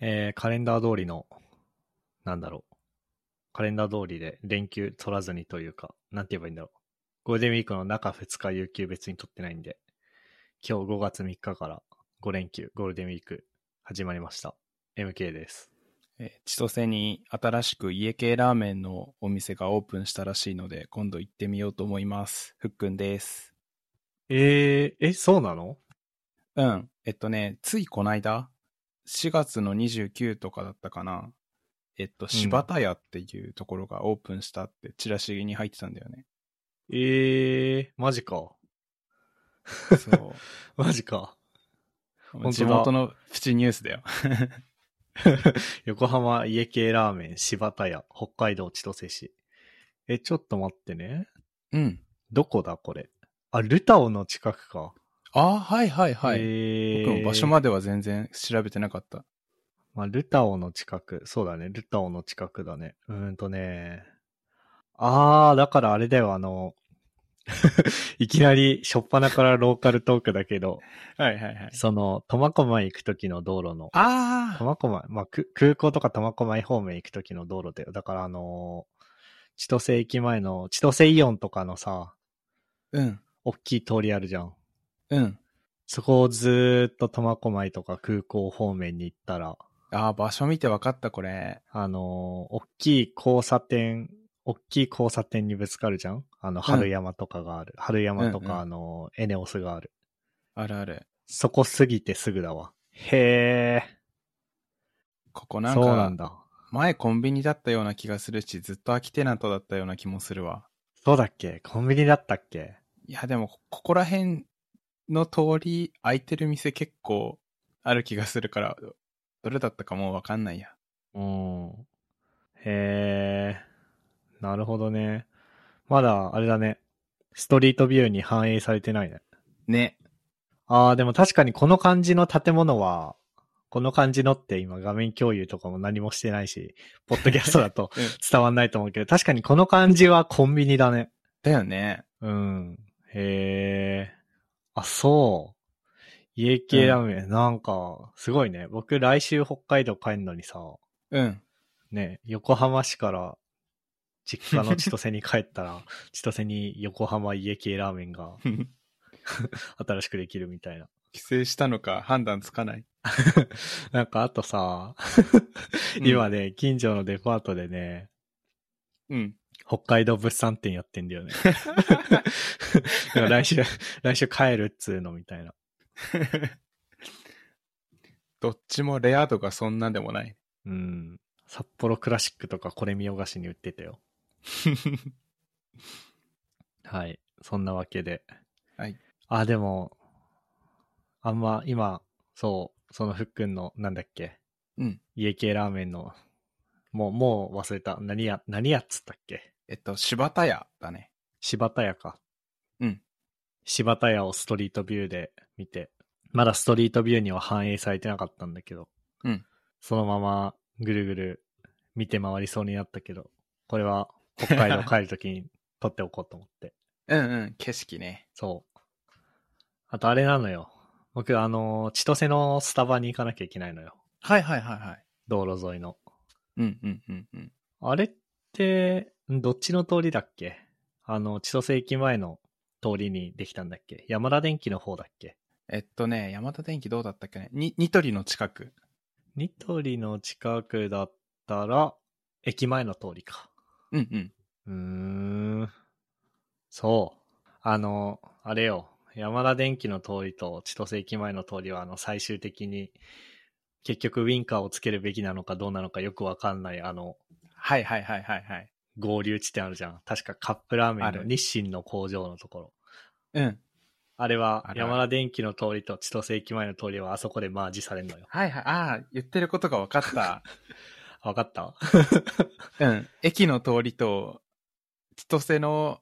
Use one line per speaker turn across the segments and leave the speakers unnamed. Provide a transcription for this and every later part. えーカレンダー通りの、なんだろう。カレンダー通りで連休取らずにというか、なんて言えばいいんだろう。ゴールデンウィークの中2日有給別に取ってないんで、今日5月3日から5連休、ゴールデンウィーク始まりました。MK です。
えー千歳に新しく家系ラーメンのお店がオープンしたらしいので、今度行ってみようと思います。ふっくんです。
えー、え、そうなの
うん。えっとね、ついこないだ、4月の29とかだったかな。えっと、柴田屋っていうところがオープンしたって、チラシに入ってたんだよ ね。
えー、マジか。
そ
マジか。本当だ
う。地元のプチニュースだよ。
横浜家系ラーメン柴田屋、北海道千歳市。え、ちょっと待ってね。
うん。
どこだこれ。あ、ルタオの近くか。
あーはいはいはい。
い
僕も場所までは全然調べてなかった。
まあ、ルタオの近く。そうだね。ルタオの近くだね。うーんとね。あー、だからあれだよ、あの、 いきなり、しょっぱなからローカルトークだけど、
はいはいはい。
その、苫小牧行く時の道路の、
あー
苫小牧、まあ、く空港とか苫小牧方面行く時の道路だよ。だからあのー千歳駅前の、千歳イオンとかのさ、
うん。
大きい通りあるじゃん。
うん。
そこをずーっと苫小牧とか空港方面に行ったら、
ああ、場所見て分かった、これ。
あのー、大きい交差点、大きい交差点にぶつかるじゃんあの、春山とかがある。春山とか、
うんうん
あのー、エネオスがある。
あるある。
そこ過ぎてすぐだわ。へ
ここ
ー。
なん
そうなん
か、
だ。
前コンビニだったような気がするし、ずっと空きテナントだったような気もするわ。
そうだっけコンビニだったっけ
いや、でも、こここら辺の通り、空いてる店結構ある気がするから、どれだったかもう分かんないや。
うん。へー。なるほどね。まだ、あれだね。ストリートビューに反映されてないね。
ね。
ああ、でも確かにこの感じの建物は、この感じのって今画面共有とかも何もしてないし、ポッドキャストだ と
うん
伝わんないと思うけど、確かにこの感じはコンビニだね。
だよね。
うん。へえ。あ、そう。家系ラーメン、なんか、すごいね。僕来週北海道帰んのにさ、
うん。
ね、横浜市から実家の千歳に帰ったら、千歳に横浜家系ラーメンが新しくできるみたいな。
帰省したのか判断つかない。
なんかあとさ、
うん
今ね、近所のデパートでね、
うん。
北海道物産展やってんだよね。だから来週、 来週帰るっつうのみたいな。
どっちもレア度がそんなでもない。
うん。札幌クラシックとかこれ見よがしに売ってたよ。 はい。そんなわけで。
はい。
あ、でも、あんま今、そう、そのふっくんの、なんだっけ、
うん。
家系ラーメンの、もう、もう忘れた。何や、何やっつったっけ
えっと、柴田屋だね。
柴田屋か。
うん。
柴田屋をストリートビューで見て、まだストリートビューには反映されてなかったんだけど、
うん。
そのままぐるぐる見て回りそうになったけど、これは北海道帰るときに撮っておこうと思 って。
うんうん、景色ね。
そう。あとあれなのよ。僕、あのー、千歳のスタバに行かなきゃいけないのよ。
はいはいはいはい。
道路沿いの。
うんうんうんうん。
あれって、どっちの通りだっけあの、千歳駅前の通りにできたんだっけ山田電機の方だっけ
えっとね、山田電機どうだったっけねに、ニトリの近く。
ニトリの近くだったら、駅前の通りか。
うんうん。
うーん。そう。あの、あれよ。山田電機の通りと千歳駅前の通りは、あの、最終的に、結局ウィンカーをつけるべきなのかどうなのかよくわかんない、あの、
はいはいはいはいはい。
合流地点あるじゃん。確かカップラーメン
あ
の
る
日清の工場のところ。
うん。
あれは
あ、るある
山田電機の通りと千歳駅前の通りはあそこでマージされんのよ。
はいはい。ああ、言ってることが分か った。
わかった
うん。駅の通りと、千歳の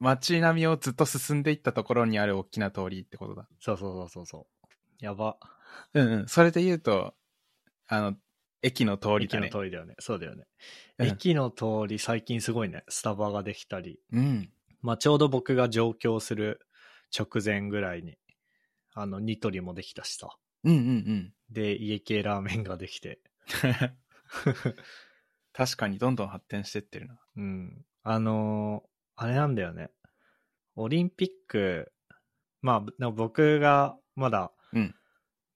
街並みをずっと進んでいったところにある大きな通りってことだ。
そうそうそうそうそう。やば。
うんうん。それで言うと、あの、駅の通り
駅
だ
の
ね。
通りだよね。そうだよね。
うん
駅の通り、最近すごいね。スタバができたり。
うん。
まあ、ちょうど僕が上京する直前ぐらいに、あの、ニトリもできたしさ。
うんうんうん。
で、家系ラーメンができて。
確かにどんどん発展してってるな。
うん。あのーあれなんだよね。オリンピック、まあ、でも僕がまだ
うん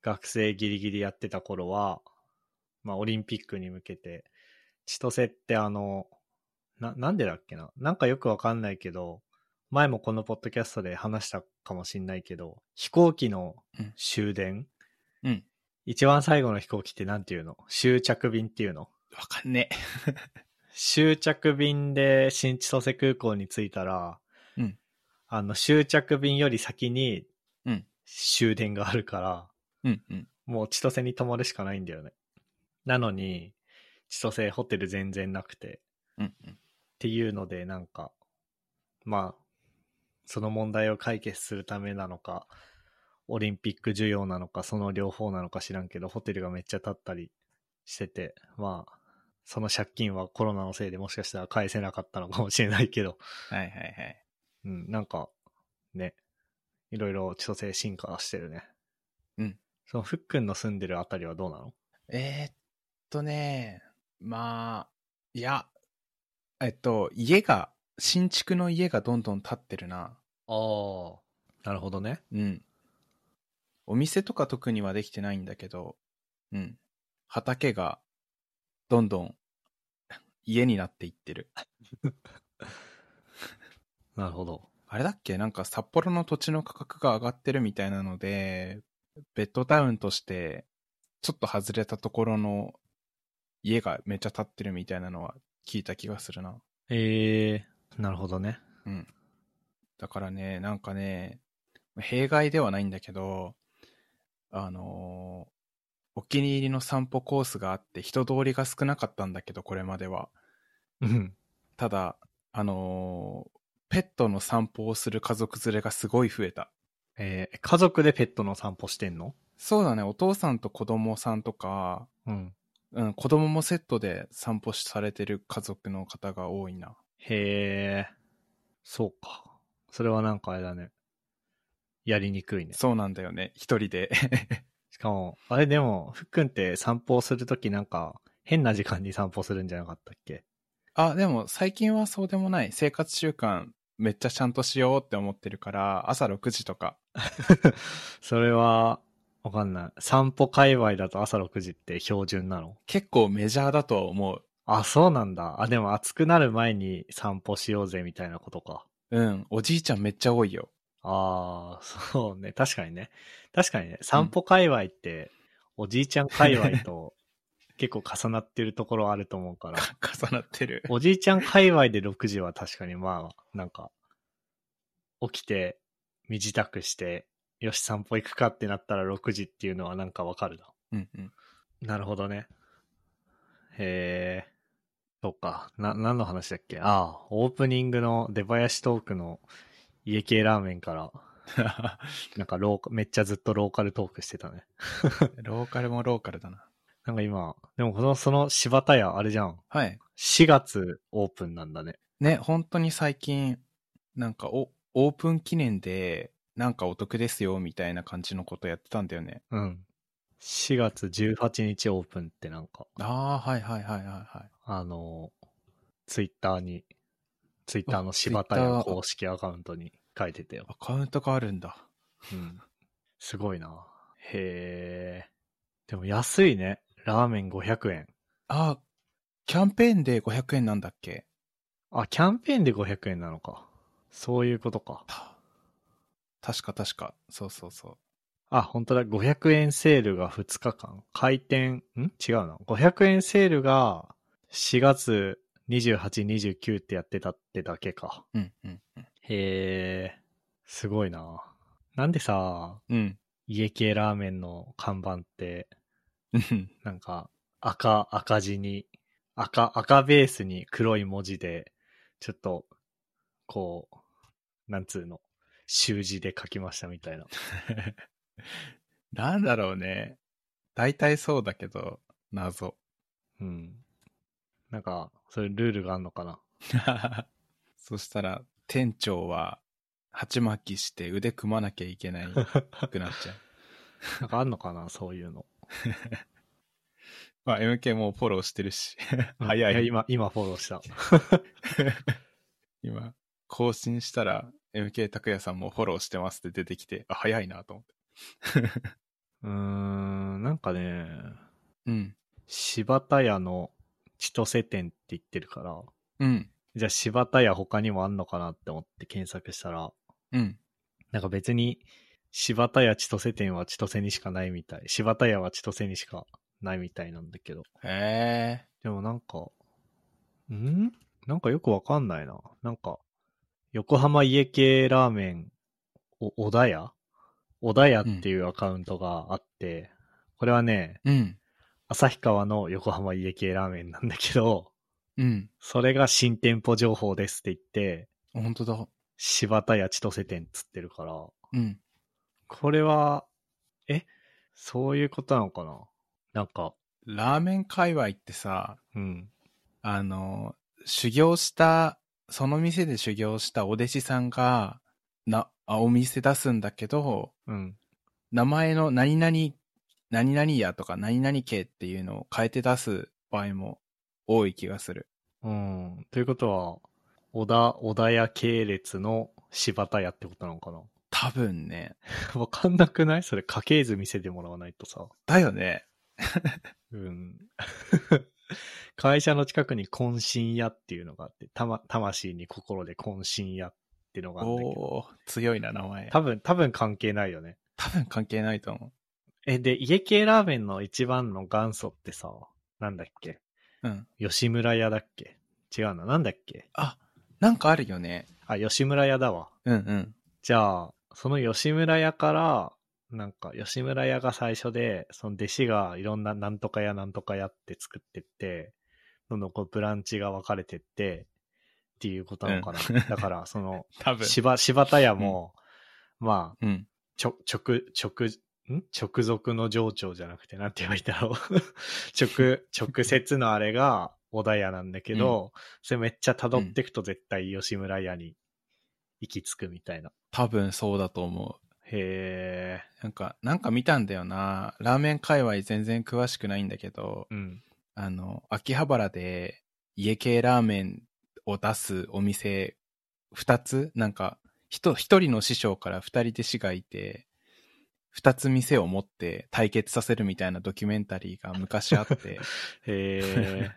学生ギリギリやってた頃は、まあ、オリンピックに向けて、千歳ってあの、な、なんでだっけななんかよくわかんないけど、前もこのポッドキャストで話したかもしんないけど、飛行機の
うん
終電、
うん
一番最後の飛行機ってなんていうの終着便っていうの
わかんね
終着便で新千歳空港に着いたら、
うん
あの終着便より先に
うん
終電があるから、
え。うんうん。
もう千歳に泊まるしかないんだよね。なのに、千歳ホテル全然なくて、
うんうん。
っていうので、なんか、まあ、その問題を解決するためなのか、オリンピック需要なのか、その両方なのか知らんけど、ホテルがめっちゃ建ったりしてて、まあ、その借金はコロナのせいでもしかしたら返せなかったのかもしれないけど、
はいはいはい。
うん、なんか、ね、いろいろ千歳進化してるね。
うん。
そのふっくんの住んでるあたりはどうなの
えー、っとね、まあ、いや、えっと、家が、新築の家がどんどん建ってるな。
ああ、なるほどね。
うん。お店とか特にはできてないんだけど、うん。畑が、どんどん、家になっていってる。
なるほど。
あれだっけなんか札幌の土地の価格が上がってるみたいなので、ベッドタウンとして、ちょっと外れたところの家がめっちゃ建ってるみたいなのは聞いた気がするな。
ええー、なるほどね。
うん。だからね、なんかね、弊害ではないんだけど、あのーお気に入りの散歩コースがあって人通りが少なかったんだけど、これまでは。
うん。
ただ、あのーペットの散歩をする家族連れがすごい増えた。
えー家族でペットの散歩してんの
そうだね、お父さんと子供さんとか、
うん。
うん、子供もセットで散歩されてる家族の方が多いな。
へえ、そうか。それはなんかあれだね。やりにくいね。
そうなんだよね、一人で。
しかも、あれでも、ふっくんって散歩するときなんか、変な時間に散歩するんじゃなかったっけ
あ、でも最近はそうでもない。生活習慣めっちゃちゃんとしようって思ってるから、朝6時とか。
それは、わかんない。散歩界隈だと朝6時って標準なの
結構メジャーだとは思う。
あ、そうなんだ。あ、でも暑くなる前に散歩しようぜみたいなことか。
うん、おじいちゃんめっちゃ多いよ。
ああ、 そうね。確かにね。確かにね。散歩界隈って、おじいちゃん界隈と 結構重なってるところあると思う から、
か重なってる。
おじいちゃん界隈で6時は確かにまあ、なんか、起きて、身支度して、よし散歩行くかってなったら6時っていうのはなんかわかるな。
うんうん。
なるほどね。へえ、そっか。な、何の話だっけああ、オープニングの出囃子トークの家系ラーメンから、なんかローカめっちゃずっとローカルトークしてたね。
ローカルもローカルだな。
なんか今、でもこの、その柴田屋、あれじゃん。
はい。
4月オープンなんだね。
ね、本当に最近、なんかお、オープン記念で、なんかお得ですよ、みたいな感じのことやってたんだよね。
うん。4月18日オープンってなんか、
ああ、はいはいはいはいはい。
あの、ツイッターに、ツイッターの柴田
あ
屋
Twitter
公式アカウントに書いてたよ。
アカウントがあるんだ。
うん。すごいな。へえ。でも安いね。ラーメン500円。
あ、キャンペーンで500円なんだっけ
あ、キャンペーンで500円なのか。そういうことか。
た確か確か。そうそうそ
あ、本当だ。500円セールが2日間。開店、ん違うな。500円セールが4月28、29ってやってたってだけか。
う。うんうん。
へえ。すごいな。なんでさ、
うん。
家系ラーメンの看板って、
うん。
なんか、赤、赤字に、赤、赤ベースに黒い文字で、ちょっと、こう、なんつうの、習字で書きましたみたいな。
なんだろうね。大体そうだけど、謎。
うん。なんか、そういうルールがあんのかな。
そしたら、店長は、鉢 巻きして腕組まなきゃいけないくなっちゃう。
なんかあんのかな、そういうの。
まあ、MK もうフォローしてるし、早
や
い。
今、今フォロー した。
今、更新したら、MK 拓也さんもフォローしてますって出てきて、あ、早いなと思って。
うーん、なんかね、
うん。
柴田屋の千歳店って言ってるから、
うん。
じゃあ柴田屋他にもあんのかなって思って検索したら、
うん。
なんか別に柴田屋千歳店は千歳にしかないみたい。柴田屋は千歳にしかないみたいなんだけど。
へえ。
でもなんか、んなんかよくわかんないな。なんか、横浜家系ラーメン、お、小田屋小田屋っていうアカウントがあって、これはね、
うん。
旭川の横浜家系ラーメンなんだけど、
うん。
それが新店舗情報ですって言って、
本当だ。
柴田屋千歳店っつってるから、
うん。
これは、えそういうことなのかななんか、
ラーメン界隈ってさ、
うん。
あの、修行した、その店で修行したお弟子さんが、な、あお店出すんだけど、
うん。
名前の何々、何々屋とか何々系っていうのを変えて出す場合も多い気がする。
うん。ということは、小田、小田屋系列の柴田屋ってことなのかな
多分ね。
わかんなくないそれ家系図見せてもらわないとさ。
だよね。
うん。 会社の近くに渾身屋っていうのがあって、たま、魂に心で渾身屋っていうのがあるんだけど、
おー、強いな、名前。
多分、多分関係ないよね。
多分関係ないと思
え、で、家系ラーメンの一番の元祖ってさ、なんだっけ
う。うん。
吉村屋だっけ違うな。なんだっけ
あ、なんかあるよね。
あ、吉村屋だわ。
うんうん。
じゃあ、その吉村屋から、なんか吉村屋が最初で、その弟子がいろんななんとか屋なんとか屋って作ってって、どんどんこうブランチが分かれてって、っていうことなのかな。
うん
だから、 その、
多分。
柴、柴田屋も、まあ、
うん。
ちょ、直、直、ん直属の上長じゃなくて、なんて言えばいいんだろう。 直、直接のあれが小田屋なんだけど、それめっちゃ辿ってくと絶対吉村屋に行き着くみたいな。
多分そうだと思う。
へ
なんか、なんか見たんだよな。ラーメン界隈全然詳しくないんだけど
ー。、うん。
あの、秋葉原で家系ラーメンを出すお店二つなんか、一一人の師匠から二人弟子がいて、二つ店を持って対決させるみたいなドキュメンタリーが昔あって、
へ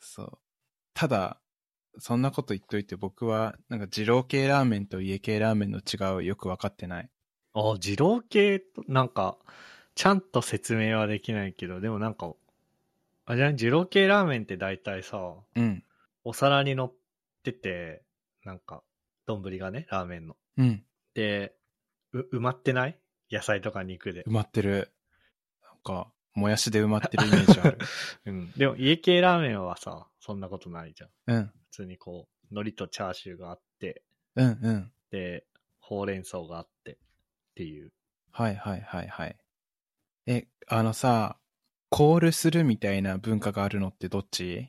そう。ただ、そんなこと言っといて僕は、なんか二郎系ラーメンと家系ラーメンの違いをよくわかってない。
ー。あ、二郎系と、なんか、ちゃんと説明はできないけど、でもなんか、あじゃあ二郎系ラーメンって大体さ、
うん。
お皿に乗ってて、なんか、丼がね、ラーメンの。
うん。
で、う、埋まってない野菜とか肉で
埋。まってる。なんか、もやしで埋まってるイメージある。
うん。でも家系ラーメンはさ、そんなことないじゃん。
うん。
普通にこう、海苔とチャーシューがあって、
うんうん。
で、ほうれん草があって、っていう。
はいはいはいはい。え、あのさ、コールするみたいな文化があるのってどっち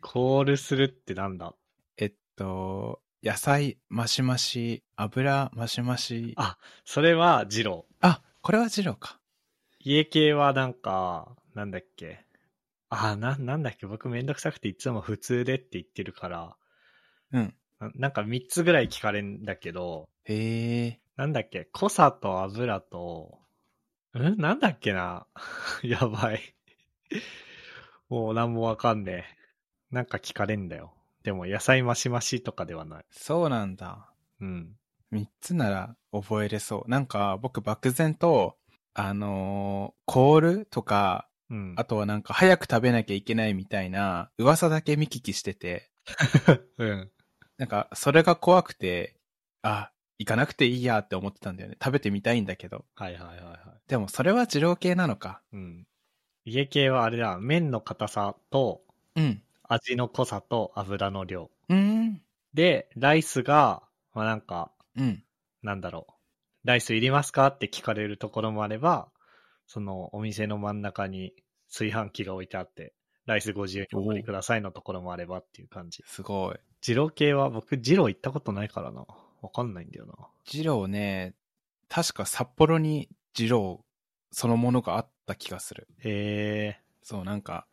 コールするってなんだ
えっと、野菜マシマシ、油マシマシ。
あそれは二郎。
あ、これは二郎か。
家系はなんか、なんだっけ。あ、な、なんだっけ。僕めんどくさくていつも普通でって言ってるから、
うん。
ななんか3つぐらい聞かれんだけど、
へえ。
なんだっけ。濃さと油と、んなんだっけな。 やばい。もうなんもわかんねえ。なんか聞かれんだよ。でも野菜マシマシとかではない。
そうなんだ。
うん。
三つなら覚えれそう。なんか僕漠然と、あのーコールとか、
うん。
あとはなんか早く食べなきゃいけないみたいな噂だけ見聞きしてて、
うん。
なんかそれが怖くて、あ、行かなくていいやって思ってたんだよね。食べてみたいんだけど。
はいはいはいはい。
でもそれは二郎系なのか。
うん。家系はあれだ、麺の硬さと
うん。
味の濃さと油の量。
うーん。
で、ライスが、まあなんか、
うん。
なんだろう。ライスいりますかって聞かれるところもあれば、そのお店の真ん中に炊飯器が置いてあって、ライス50円お盛りくださいのところもあればっていう感じ。
すごい。
二郎系は僕二郎行ったことないからな。わかんないんだよな。
二郎ね、確か札幌に二郎そのものがあっった気がする。
え
そう、なんか、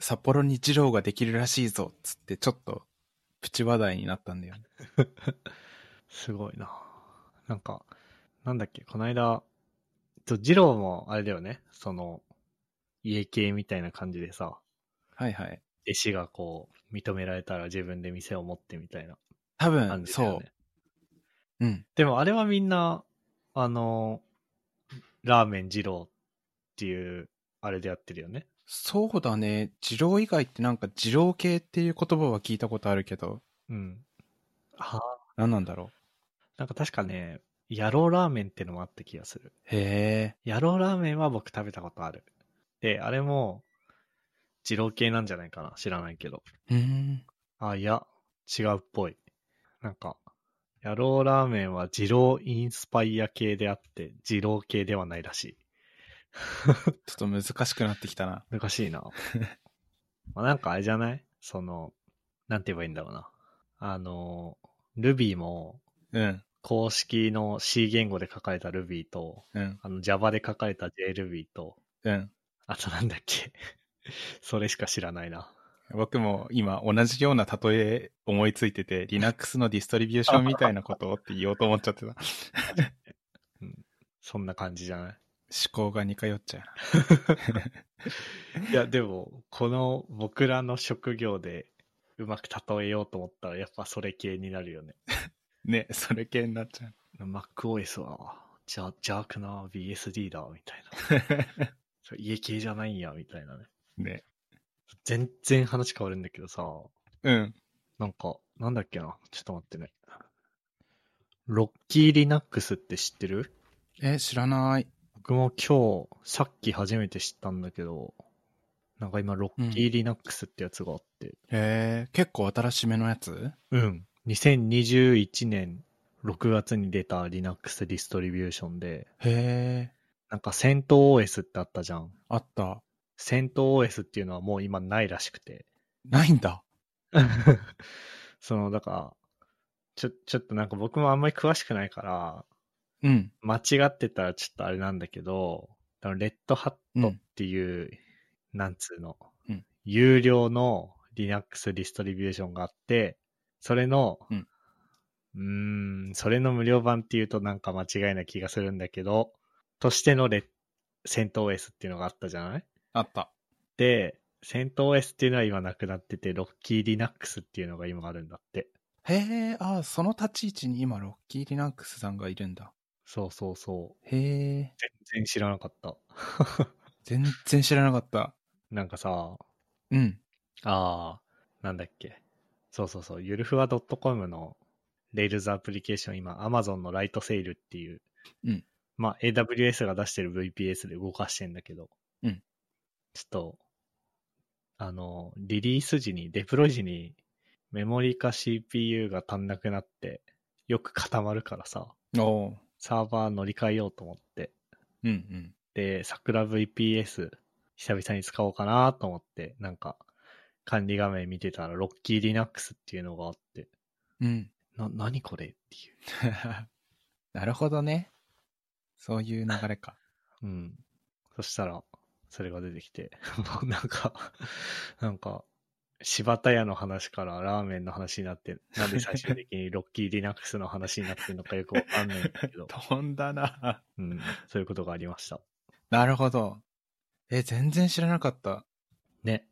札幌に二郎ができるらしいぞ、つって、ちょっと、プチ話題になったんだよね。
ー、すごいな。なんか、なんだっけ、この間、ちょジローもあれだよね、その、家系みたいな感じでさ、
はいはい。
弟子がこう、認められたら自分で店を持ってみたいな
多分、
感じだよね。
そう。うん。
でもあれはみんな、あの、ラーメン二郎っていう、あれでやってるよね。
そうだね。二郎以外ってなんか二郎系っていう言葉は聞いたことあるけど、
うん。は
何なんだろう。
なんか確かね、野郎ラーメンってのもあった気がする。
へえ。
野郎ラーメンは僕食べたことある。で、あれも、二郎系なんじゃないかな知らないけど。
うーん。
あ、いや、違うっぽい。なんか、野郎ラーメンは二郎インスパイア系であって、二郎系ではないらしい。
ちょっと難しくなってきたな。
難しいな。まあなんかあれじゃないその、なんて言えばいいんだろうな。あの、Ruby も
うん。
公式の C 言語で書かれた Ruby と、
うん。
あの Java で書かれた JRuby と、
うん。
あとなんだっけそれしか知らないな。
僕も今同じような例え思いついてて、Linux のディストリビューションみたいなことをって言おうと思っちゃってた。思
そんな感じじゃない
考が似通っちゃうな。
いや、でも、この僕らの職業でうまく例えようと思ったら、やっぱそれ系になるよね。
ね、それ系になっちゃう。
MacOS は、じゃ、邪悪な BSD だ、みたいな。それ家系じゃないんや、みたいなね。
ね。
全然話変わるんだけどさ、
うん。
なんか、なんだっけな。ちょっと待ってね。ロッキーリナックスって知ってる
え、知らない。
僕も今日、さっき初めて知ったんだけど、なんか今、ロッキーリナックスってやつがあって、
へえ、結構新しめのやつ
うん。2021年6月に出た Linux ディストリビューションで、
へえ、
なんか戦闘 OS ってあったじゃん。
あった。
戦闘 OS っていうのはもう今ないらしくて。
ないんだ。
その、だから、ちょ、ちょっとなんか僕もあんまり詳しくないから、
うん。
間違ってたらちょっとあれなんだけど、あのレッドハットっていう、なんつうの、
うん
有料の Linux ディストリビューションがあって、それの、
うん
うーんそれの無料版っていうとなんか間違いな気がするんだけど、としてのレ戦闘 OS っていうのがあったじゃない
あった。
で、戦闘 OS っていうのは今なくなってて、ロッキー Linux っていうのが今あるんだって。
へえ、あその立ち位置に今、ロッキー・リナックスさんがいるんだ。
そうそうそう。
へえ、
全然知らなかった。
全然知らなかった。
なんかさ、
うん。
ああ、なんだっけ。そうそうそう。ゆるふわ .com の Rails アプリケーション、今、Amazon のライトセールっていう、
うん
まあ、AWS が出してる VPS で動かしてんだけど、
うん
ちょっと、あの、リリース時に、デプロイ時に、メモリか CPU が足んなくなって、よく固まるからさ、
おー
サーバー乗り換えようと思って、
うんうん。
で、桜 VPS 久々に使おうかなと思って、なんか管理画面見てたらロッキー Linux っていうのがあって、
うん。
な、何これってい
なるほどね。そういう流れか。、
う。うん。そしたら、それが出てきて、 もうなんか、なんか、柴田屋の話からラーメンの話になって、なんで最終的にロッキー Linux の話になってるのかよくわかんないんだけど
飛んだな。
うん、そういうことがありました。
なるほど。え、全然知らなかった。
ね。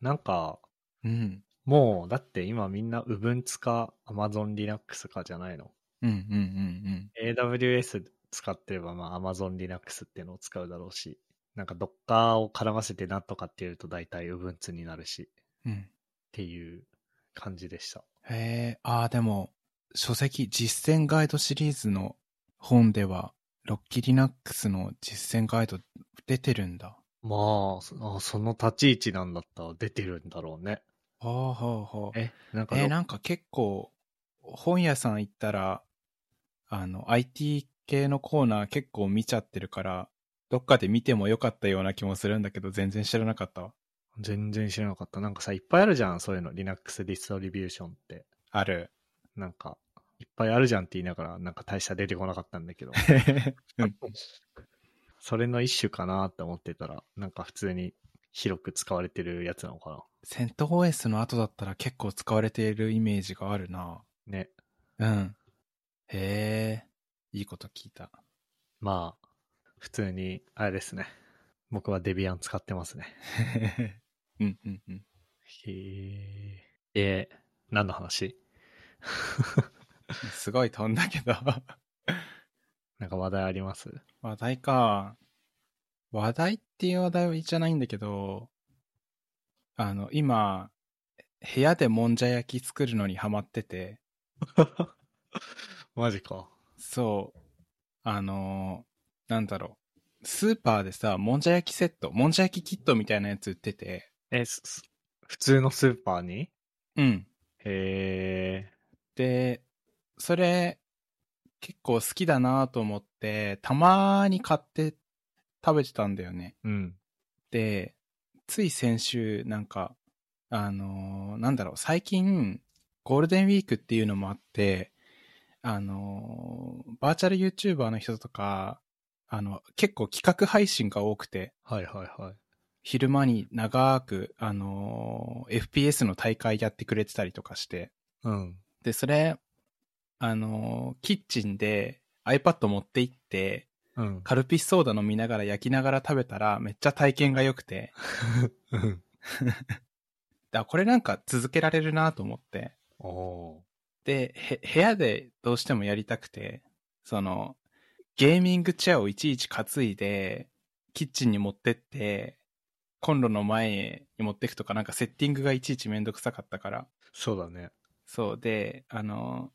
なんか、
うん。
もう、だって今みんな Ubuntu か Amazon Linux かじゃないの
うんうんうん
AWS 使ってれば、まあ、Amazon Linux っていうのを使うだろうし、なんか Docker を絡ませてなんとかっていうと大体 Ubuntu になるし、っ
うん。うん。
ていう感じでした。
へえ、ああ、でも、書籍実践ガイドシリーズの本では、ロッキーリナックスの実践ガイド出てるんだ。
まあ、そあその立ち位置なんだったら出てるんだろうね。
はあはあはあ。
え、なんか
え
ど、
ーなんか結構、本屋さん行ったら、あの、IT 系のコーナー結構見ちゃってるから、どっかで見てもよかったような気もするんだけど、全然知らなかったわ。
全然知らなかった。なんかさ、いっぱいあるじゃん、そういうの。Linux ディストリビューションって。
ある。
なんか、 いっぱいあるじゃんって言いながら、なんか大した出てこなかったんだけど。
うん
それの一種かなって思ってたら、なんか普通に広く使われてるやつなのか
セント OS の後だったら結構使われているイメージがあるな。
な。ね。
うん。へえ、いいこと聞いた。
まあ、普通に、あれですね。僕はデビアン使ってますね。
うんうんうん。
へえ。で、何の話
すごい飛んだけど。
なんか話題あります
話題か。話題っていう話題じゃないんだけど、あの、今、部屋でもんじゃ焼き作るのにハマってて、
マジか。
そう、あの、なんだろう。スーパーでさ、もんじゃ焼きセット、もんじゃ焼きキットみたいなやつ売ってて、
え、すす普通のスーパーに
うん。
へえ。
で、それ、結構好きだなと思って、たまーに買って食べてたんだよね。
うん。
で、つい先週、なんか、あのーなんだろう、最近、ゴールデンウィークっていうのもあって、あのーバーチャル YouTuber の人とか、あの、結構企画配信が多くて、
はいはいはい。
昼間に長く、あのー FPS の大会やってくれてたりとかして、
うん。
で、それ、あのーキッチンで iPad 持って行って、
うん。
カルピスソーダ飲みながら焼きながら食べたら、めっちゃ体験が良くて、
うん。
だこれなんか続けられるなと思って。
おお
で、へ部屋でどうしてもやりたくて、その、ゲーミングチェアをいちいち担いで、キッチンに持ってって、コンロの前に持ってくとか、なんかセッティングがいちいちめんどくさかったから。
ー。そうだね。
そうで、あの、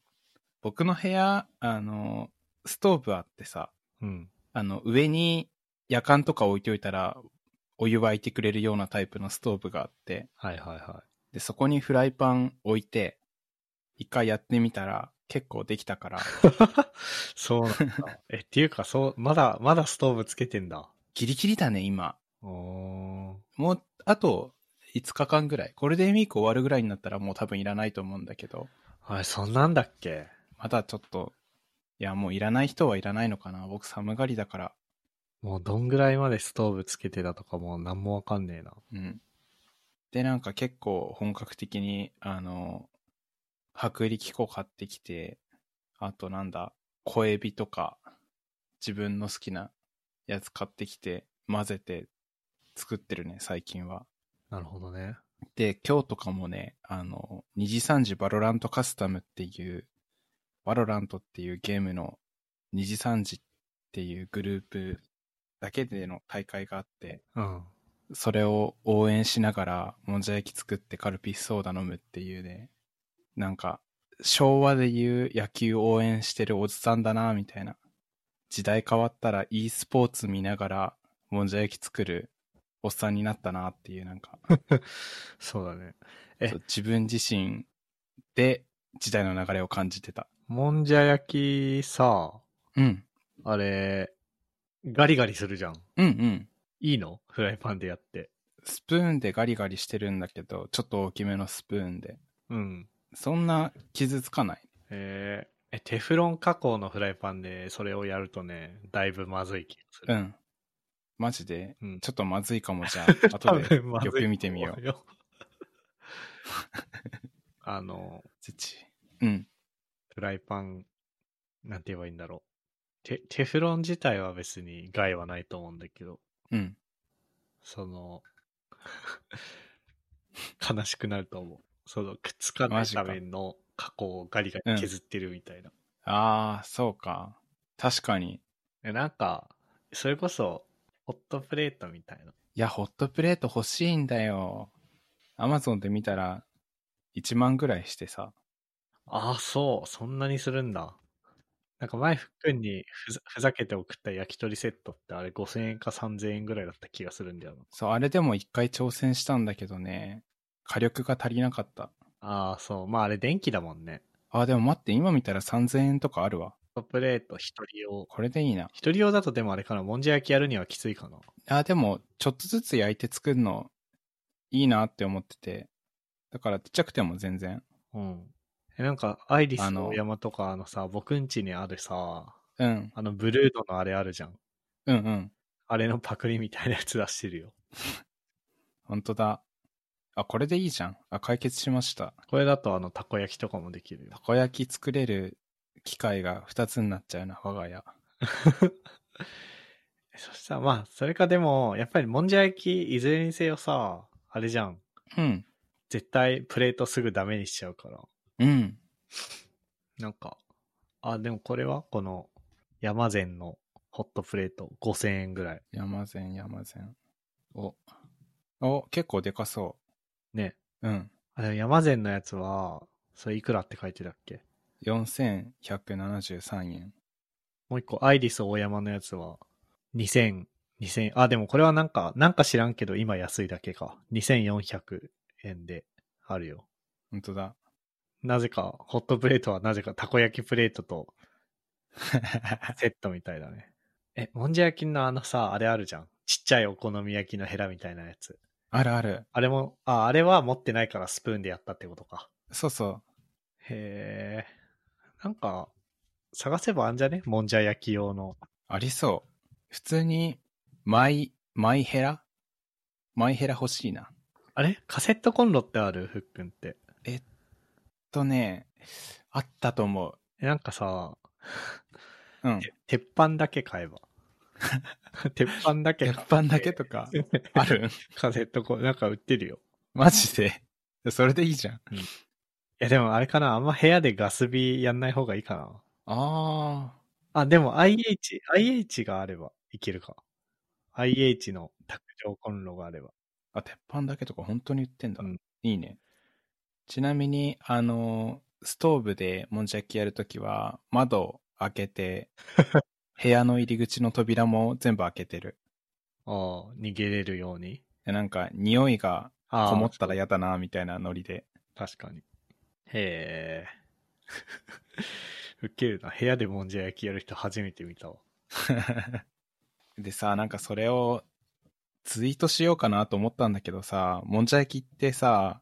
僕の部屋、あの、ストーブあってさ、
うん。
あの、上に夜間とか置いておいたら、お湯沸いてくれるようなタイプのストーブがあって、
はいはいは
で、そこにフライパン置いて、一回やってみたら結構できたから、
い。そうなん だ。え、っていうか、そう、まだ、まだストーブつけてんだ。
ギリギリだね、今。
おお
もう、あと5日間ぐらい。ゴールデンウィーク終わるぐらいになったらもう多分いらないと思うんだけど、
ー。あれ、そんなんだっけ
まだちょっと、いや、もういらない人はいらないのかな。僕寒がりだから。
もうどんぐらいまでストーブつけてたとかもう何もわかんねえな。
うん。で、なんか結構本格的に、あの、薄力粉買ってきて、あとなんだ、小エビとか、自分の好きなやつ買ってきて、混ぜて作ってるね、最近は。
なるほどね。
で、今日とかもね、あの、2次3次バロラントカスタムっていう、バロラントっていうゲームの2次3次っていうグループだけでの大会があって、
うん。
それを応援しながら、もんじゃ焼き作ってカルピスソーダ飲むっていうね、なんか、昭和で言う野球応援してるおじさんだな、みたいな。時代変わったら e スポーツ見ながら、もんじゃ焼き作るおっさんになったなっていう、なんか、
そうだね。え
そう自分自身で時代の流れを感じてた。
もんじゃ焼きさ、
うん。
あれ、ガリガリするじゃん。
うんうん。
いいのフライパンでやって。
スプーンでガリガリしてるんだけど、ちょっと大きめのスプーンで。
うん。
そんな傷つかない。
えーえ、テフロン加工のフライパンでそれをやるとね、だいぶまずい気がす
う
る。
ん。マジで、
うん
ちょっとまずいかもじゃ あ、後で
ま
よく見てみ
と
よう。
思よ あの、
土。うん。
フライパン、なんて言えばいいんだろう。テ、テフロン自体は別に害はないと思うんだけど、
うん。
その、 悲しくなると思う。その、くっつかな
マ
い
ジか
ための加工をガリガリ削ってるみたいな。
ああ、そうか。確かに。
でなんか、それこそ、ホットプレートみたいな。
いや、ホットプレート欲しいんだよ。アマゾンで見たら、1万ぐらいしてさ。
ああ、そう、そんなにするんだ。なんか前、ふっくんにふざふざけて送った焼き鳥セットってあれ5000円か3000円ぐらいだった気がするんだよな。
そう、あれでも一回挑戦したんだけどね、火力が足りなかった。
ああ、そう。まああれ電気だもんね。
ああ、でも待って、今見たら3000円とかあるわ。
ホットプレート一人用。
これでいいな。
一人用だとでもあれかな、もんじゃ焼きやるにはきついかな。
ああ、でも、ちょっとずつ焼いて作るの、いいなって思ってて。だから、ちっちゃくても全然。
うん。え、なんか、アイリス
あの
の山とかあのさ、僕ん家にあるさ、
うん、
あの、ブルードのあれあるじゃん。
うん、うん。
あれのパクリみたいなやつ出してるよ。
本当だ。あ、これでいいじゃん。あ、解決しました。
これだとあの、たこ焼きとかもできるよ
た。こ焼き作れる機械が2つになっちゃうな、我が家。
そしたらまあ、それかでも、やっぱりもんじゃ焼き、いずれにせよさ、あれじゃん。
うん。
絶対プレートすぐダメにしちゃうから。
うん。
なんか、あ、でもこれはこの、山善のホットプレート5000円ぐらい。
山善、山善。お。お、結構でかそ
ね。
う。うん。
あ、でも山善のやつは、それいくらって書いてたっけ
4173円。
もう一個、アイリス大山のやつは、2000、2000、あ、でもこれはなんか、なんか知らんけど、今安いだけか。2400円であるよ。
本当だ。
なぜか、ホットプレートはなぜか、たこ焼きプレートとセットみたいだね。え、もんじゃ焼きのあのさ、あれあるじゃん。ちっちゃいお好み焼きのヘラみたいなやつ。
あるある。
あれも、あ、あれは持ってないからスプーンでやったってことか。
そうそ
へえ。なんか、探せばあんじゃねもんじゃ焼き用の。
う。ありそう。普通に、マイ、マイヘラマイヘラ欲しいな。
あれカセットコンロってあるふっくんって。
とね、あったと思う。
えなんかさ、
うん。
て鉄板だけ買え ば。鉄板だけ
鉄
買って
板だけとか、ある
カセットコンロ、なんか売ってるよ。
マジで。それでいいじゃん。
いやでもあれかなあんま部屋でガス火やんない方がいいかな
あ
あ、でも IH、IH があればいけるか。IH の卓上コンロがあれば。
ーあ。鉄板だけとか本当に売ってんだ。
うん
いいね。ちなみに、あの、ストーブでもんじゃ焼きやるときは、窓を開 けて、部屋の入り口の扉も全部開けてる。
ああ、逃げれるように。
でなんか、匂いが
ああ、
こもったら嫌だな、みたいなノリで。
確かに。へえ。 ウケるな。部屋でもんじゃ焼きやる人初めて見たわ。
でさ、なんかそれをツイートしようかなと思ったんだけどさ、もんじゃ焼きってさ、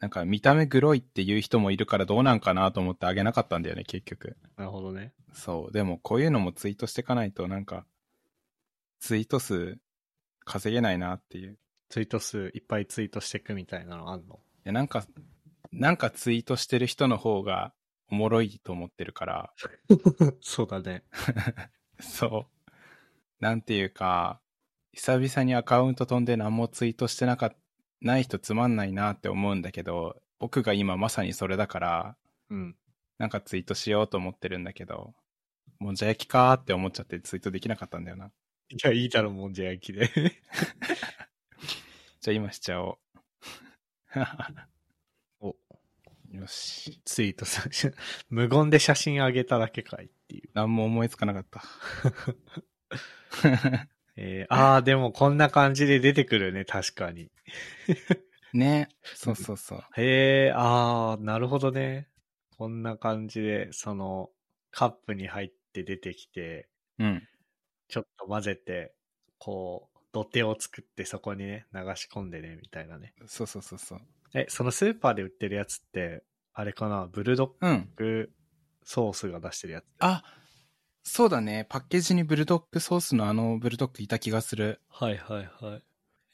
なんか見た目グロいっていう人もいるからどうなんかなと思ってあげなかったんだよね、結局。
なるほどね。
そう。でもこういうのもツイートしていかないとなんか、ツイート数稼げないなっていう。い
ツイート数いっぱいツイートしてくみたいなのあんの
や、なんか、なんかツイートしてる人の方がおもろいと思ってるから、
そうだね。
そう。なんていうか、久々にアカウント飛んで何もツイートしてなかっない人つまんないなって思うんだけど、僕が今まさにそれだから、
うん。
なんかツイートしようと思ってるんだけど、もんじゃ焼きかーって思っちゃってツイートできなかったんだよな。
いや、いいだろ、もんじゃ焼きで。
じゃあ今しちゃおう。
お。
よし。
ツイートさ、無言で写真あげただけかいっていう。
何も思いつかなかった。
えー、あー、でもこんな感じで出てくるね、確かに。
ね。そうそうそう。
へえ、あー、なるほどね。こんな感じで、その、カップに入って出てきて、
うん。
ちょっと混ぜて、こう、土手を作ってそこにね、流し込んでね、みたいなね。
そうそうそうそう。
え、そのスーパーで売ってるやつって、あれかな、ブルドッ
うん。
グソースが出してるやつ。
あ、そうだね。パッケージにブルドックソースのあのブルドックいた気がする。
はいはいはい。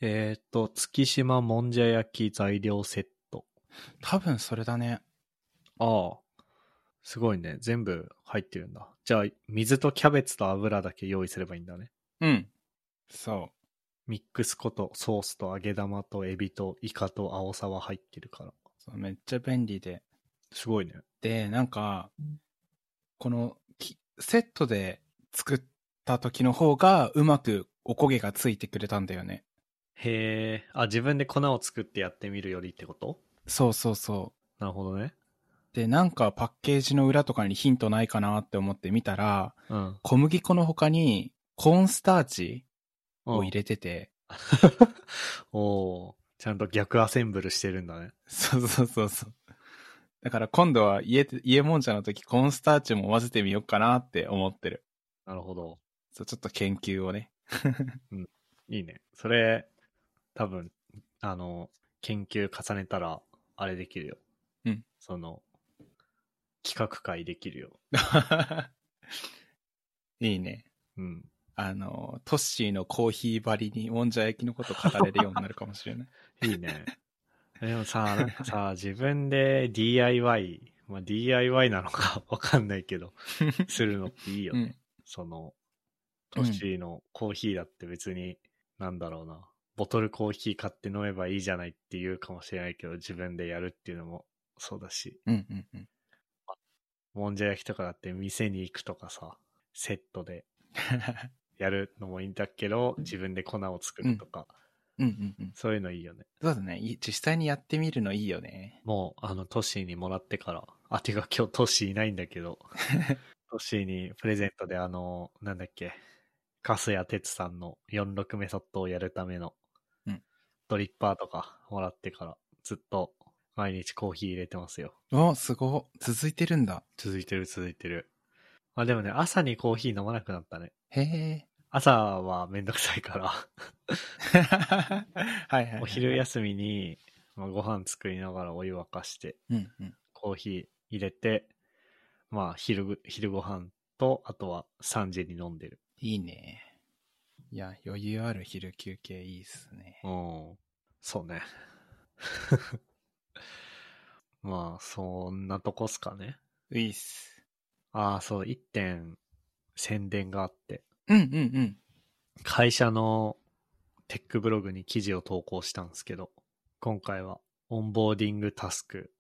えっ、と、月島もんじゃ焼き材料セット。
多分それだね。
ああ。すごいね。全部入ってるんだ。じゃあ、水とキャベツと油だけ用意すればいいんだね。
うん。そ
ミックス粉とソースと揚げ玉とエビとイカと青さは入ってるから。
うそう。めっちゃ便利で。
すごいね。
で、なんか、このきセットで作った時の方がうまくおこげがついてくれたんだよね。
へえ。あ、自分で粉を作ってやってみるよりってこと
そうそうそ
なるほどね。
う。で、なんかパッケージの裏とかにヒントないかなって思って見たら、
うん。
小麦粉の他にコーンスターチを入
れ。
れてて、
おおー。ちゃんと逆アセンブルしてるんだね。
そうそうそうそう。だから今度は家で、家もんじゃの時コーンスターチも混ぜてみようかなって思ってる。
なるほど。
そう、ちょっと研究をね。
いいね。それ、多分、あの、研究重ねたら、あれできるよ。
うん。
その、企画会できるよ。
いいね。
うん。
あの、トッシーのコーヒーばりにもんじゃ焼きのこと語れるようになるかもしれない。
いいね。でもさ、なんかさ、自分で DIY、まあ、DIY なのか わかんないけど、するのっていいよね。
うん
その、
う
ト
ん
ッシーのコーヒーだって別に、なんだろうな、ボトルコーヒー買って飲めばいいじゃないっていうかもしれないけど、自分でやるっていうのもそうだし、
うんうん うん。
もんじゃ焼きとかだって店に行くとかさ、セットでやるのもいいんだけど、自分で粉を作るとか、
うんうんうん。
そういうのいいよね。
そうだね。い実際にやってみるのいいよね。
もう、あの、トッシーにもらってから、あ、てか今日トッシーいないんだけ ど、トッシーにプレゼントであの、なんだっけ、カスヤ哲さんの46メソッドをやるための
うん、
ドリッパーとかもらってから、ずっと毎日コーヒー入れてますよ。
お、すごい。続いてるんだ。
続いてる続いてる。まあでもね、朝にコーヒー飲まなくなったね。
へ え。
朝はめんどくさいから、
はいはい。
お昼。休みに、まあ、ご飯作りながらお湯沸かして、
うんうん。
コーヒー入れて、まあ、昼ぐ、昼ご飯と、あとは3時に飲んでる。
いいね。いや、余裕ある昼休憩いいっすね。
うん。そうね。 まあ、そんなとこっすかね。
ういっす。
ああ、そう、一点、宣伝があって、
うんうんうん。
会社のテックブログに記事を投稿したんですけど、今回はオンボーディングタスク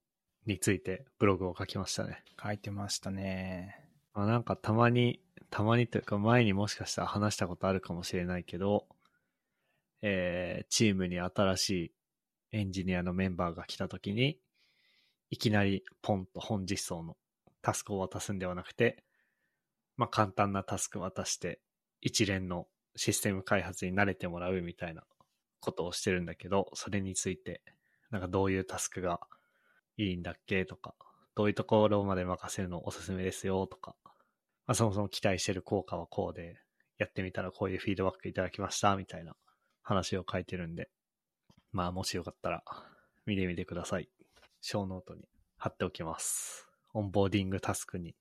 についてブログを書きましたね。
書いてましたね。
まあ、なんかたまに、たまにというか前にもしかしたら話したことあるかもしれないけど、えーチームに新しいエンジニアのメンバーが来た時に、いきなりポンと本実装のタスクを渡すんではなくて、まあ簡単なタスク渡して、一連のシステム開発に慣れてもらうみたいなことをしてるんだけど、それについて、なんかどういうタスクがいいんだっけとか、どういうところまで任せるのおすすめですよとか、まあ、そもそも期待してる効果はこうで、やってみたらこういうフィードバックいただきましたみたいな話を書いてるんで、まあもしよかったら見てみてください。小ノートに貼っておきます。オンボーディングタスクに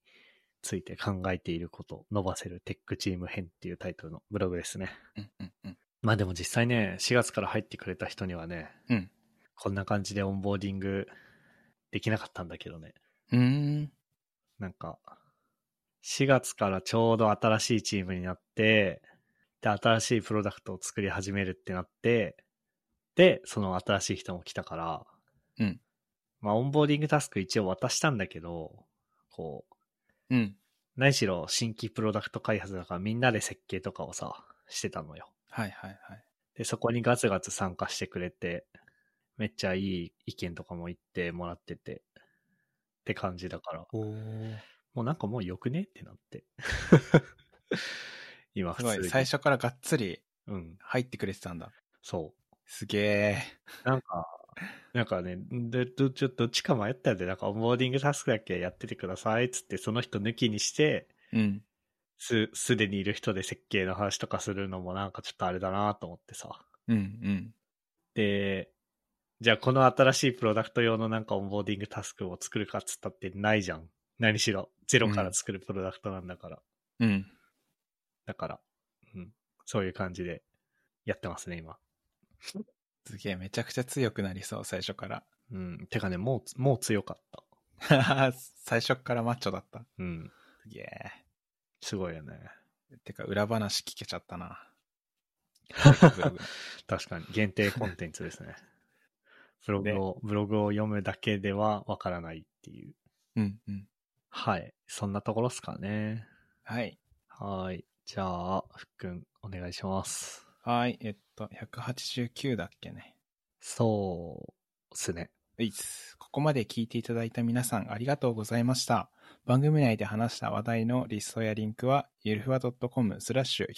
ついて考えていること、伸ばせるテックチーム編っていうタイトルのブログですね。
うんうんうん。
まあでも実際ね、4月から入ってくれた人にはね、
うん
こんな感じでオンボーディングできなかったんだけどね。
うーん。
なんか、4月からちょうど新しいチームになって、で、新しいプロダクトを作り始めるってなって、で、その新しい人も来たから、
うん。
まあ、オンボーディングタスク一応渡したんだけど、こう、
うん。
何しろ新規プロダクト開発だからみんなで設計とかをさ、してたのよ。
はいはいはい。
で、そこにガツガツ参加してくれて、めっちゃいい意見とかも言ってもらってて、って感じだから、
おー。
もうなんかもうよくねってなって。 今
す
普
ご
通に。
い。最。初からがっつり
うん、
入ってくれてたんだ。
そ
すげえ。
う。なんか、なんかね、で、ど、ちょっとどっちか迷ったんで、なんかオンボーディングタスクだけやっててくださいっつって、その人抜きにして、
うん。
す、すでにいる人で設計の話とかするのもなんかちょっとあれだなと思ってさ。
うんうん。
で、じゃあこの新しいプロダクト用のなんかオンボーディングタスクを作るかっつったってないじゃん。何しろ、ゼロから作るプロダクトなんだから。
うん。
だから、うん。そういう感じでやってますね、今。
すげえ、めちゃくちゃ強くなりそう、最初から。
うん。てかね、もう、もう強かった。
最初からマッチョだった。
うん。
すげえ。
すごいよね。
てか、裏話聞けちゃったな。ブログ
確かに、限定コンテンツですね。ブログを、ブログを読むだけではわからないっていう。
うんうん。
はい。そんなところっすかね。
はい。
はい。じゃあ、ふっくん、お願いします。
はい。えっと、189だっけね。
そうっすね。
ういっすここまで聞いていただいた皆さんありがとうございました。番組内で話した話題のリストやリンクは、ゆるふわ .com スラッシュ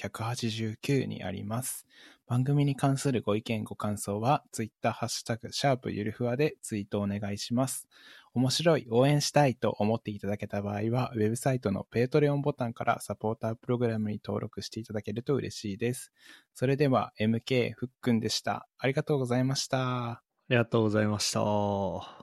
189にあります。番組に関するご意見、ご感想は、ツイッターハッシュタグ、シャープゆるふわでツイートお願いします。面白い、応援したいと思っていただけた場合は、ウェブサイトのペイトレオンボタンからサポータープログラムに登録していただけると嬉しいです。それでは、MK ふっくんでした。ありがとうございました。
ありがとうございました。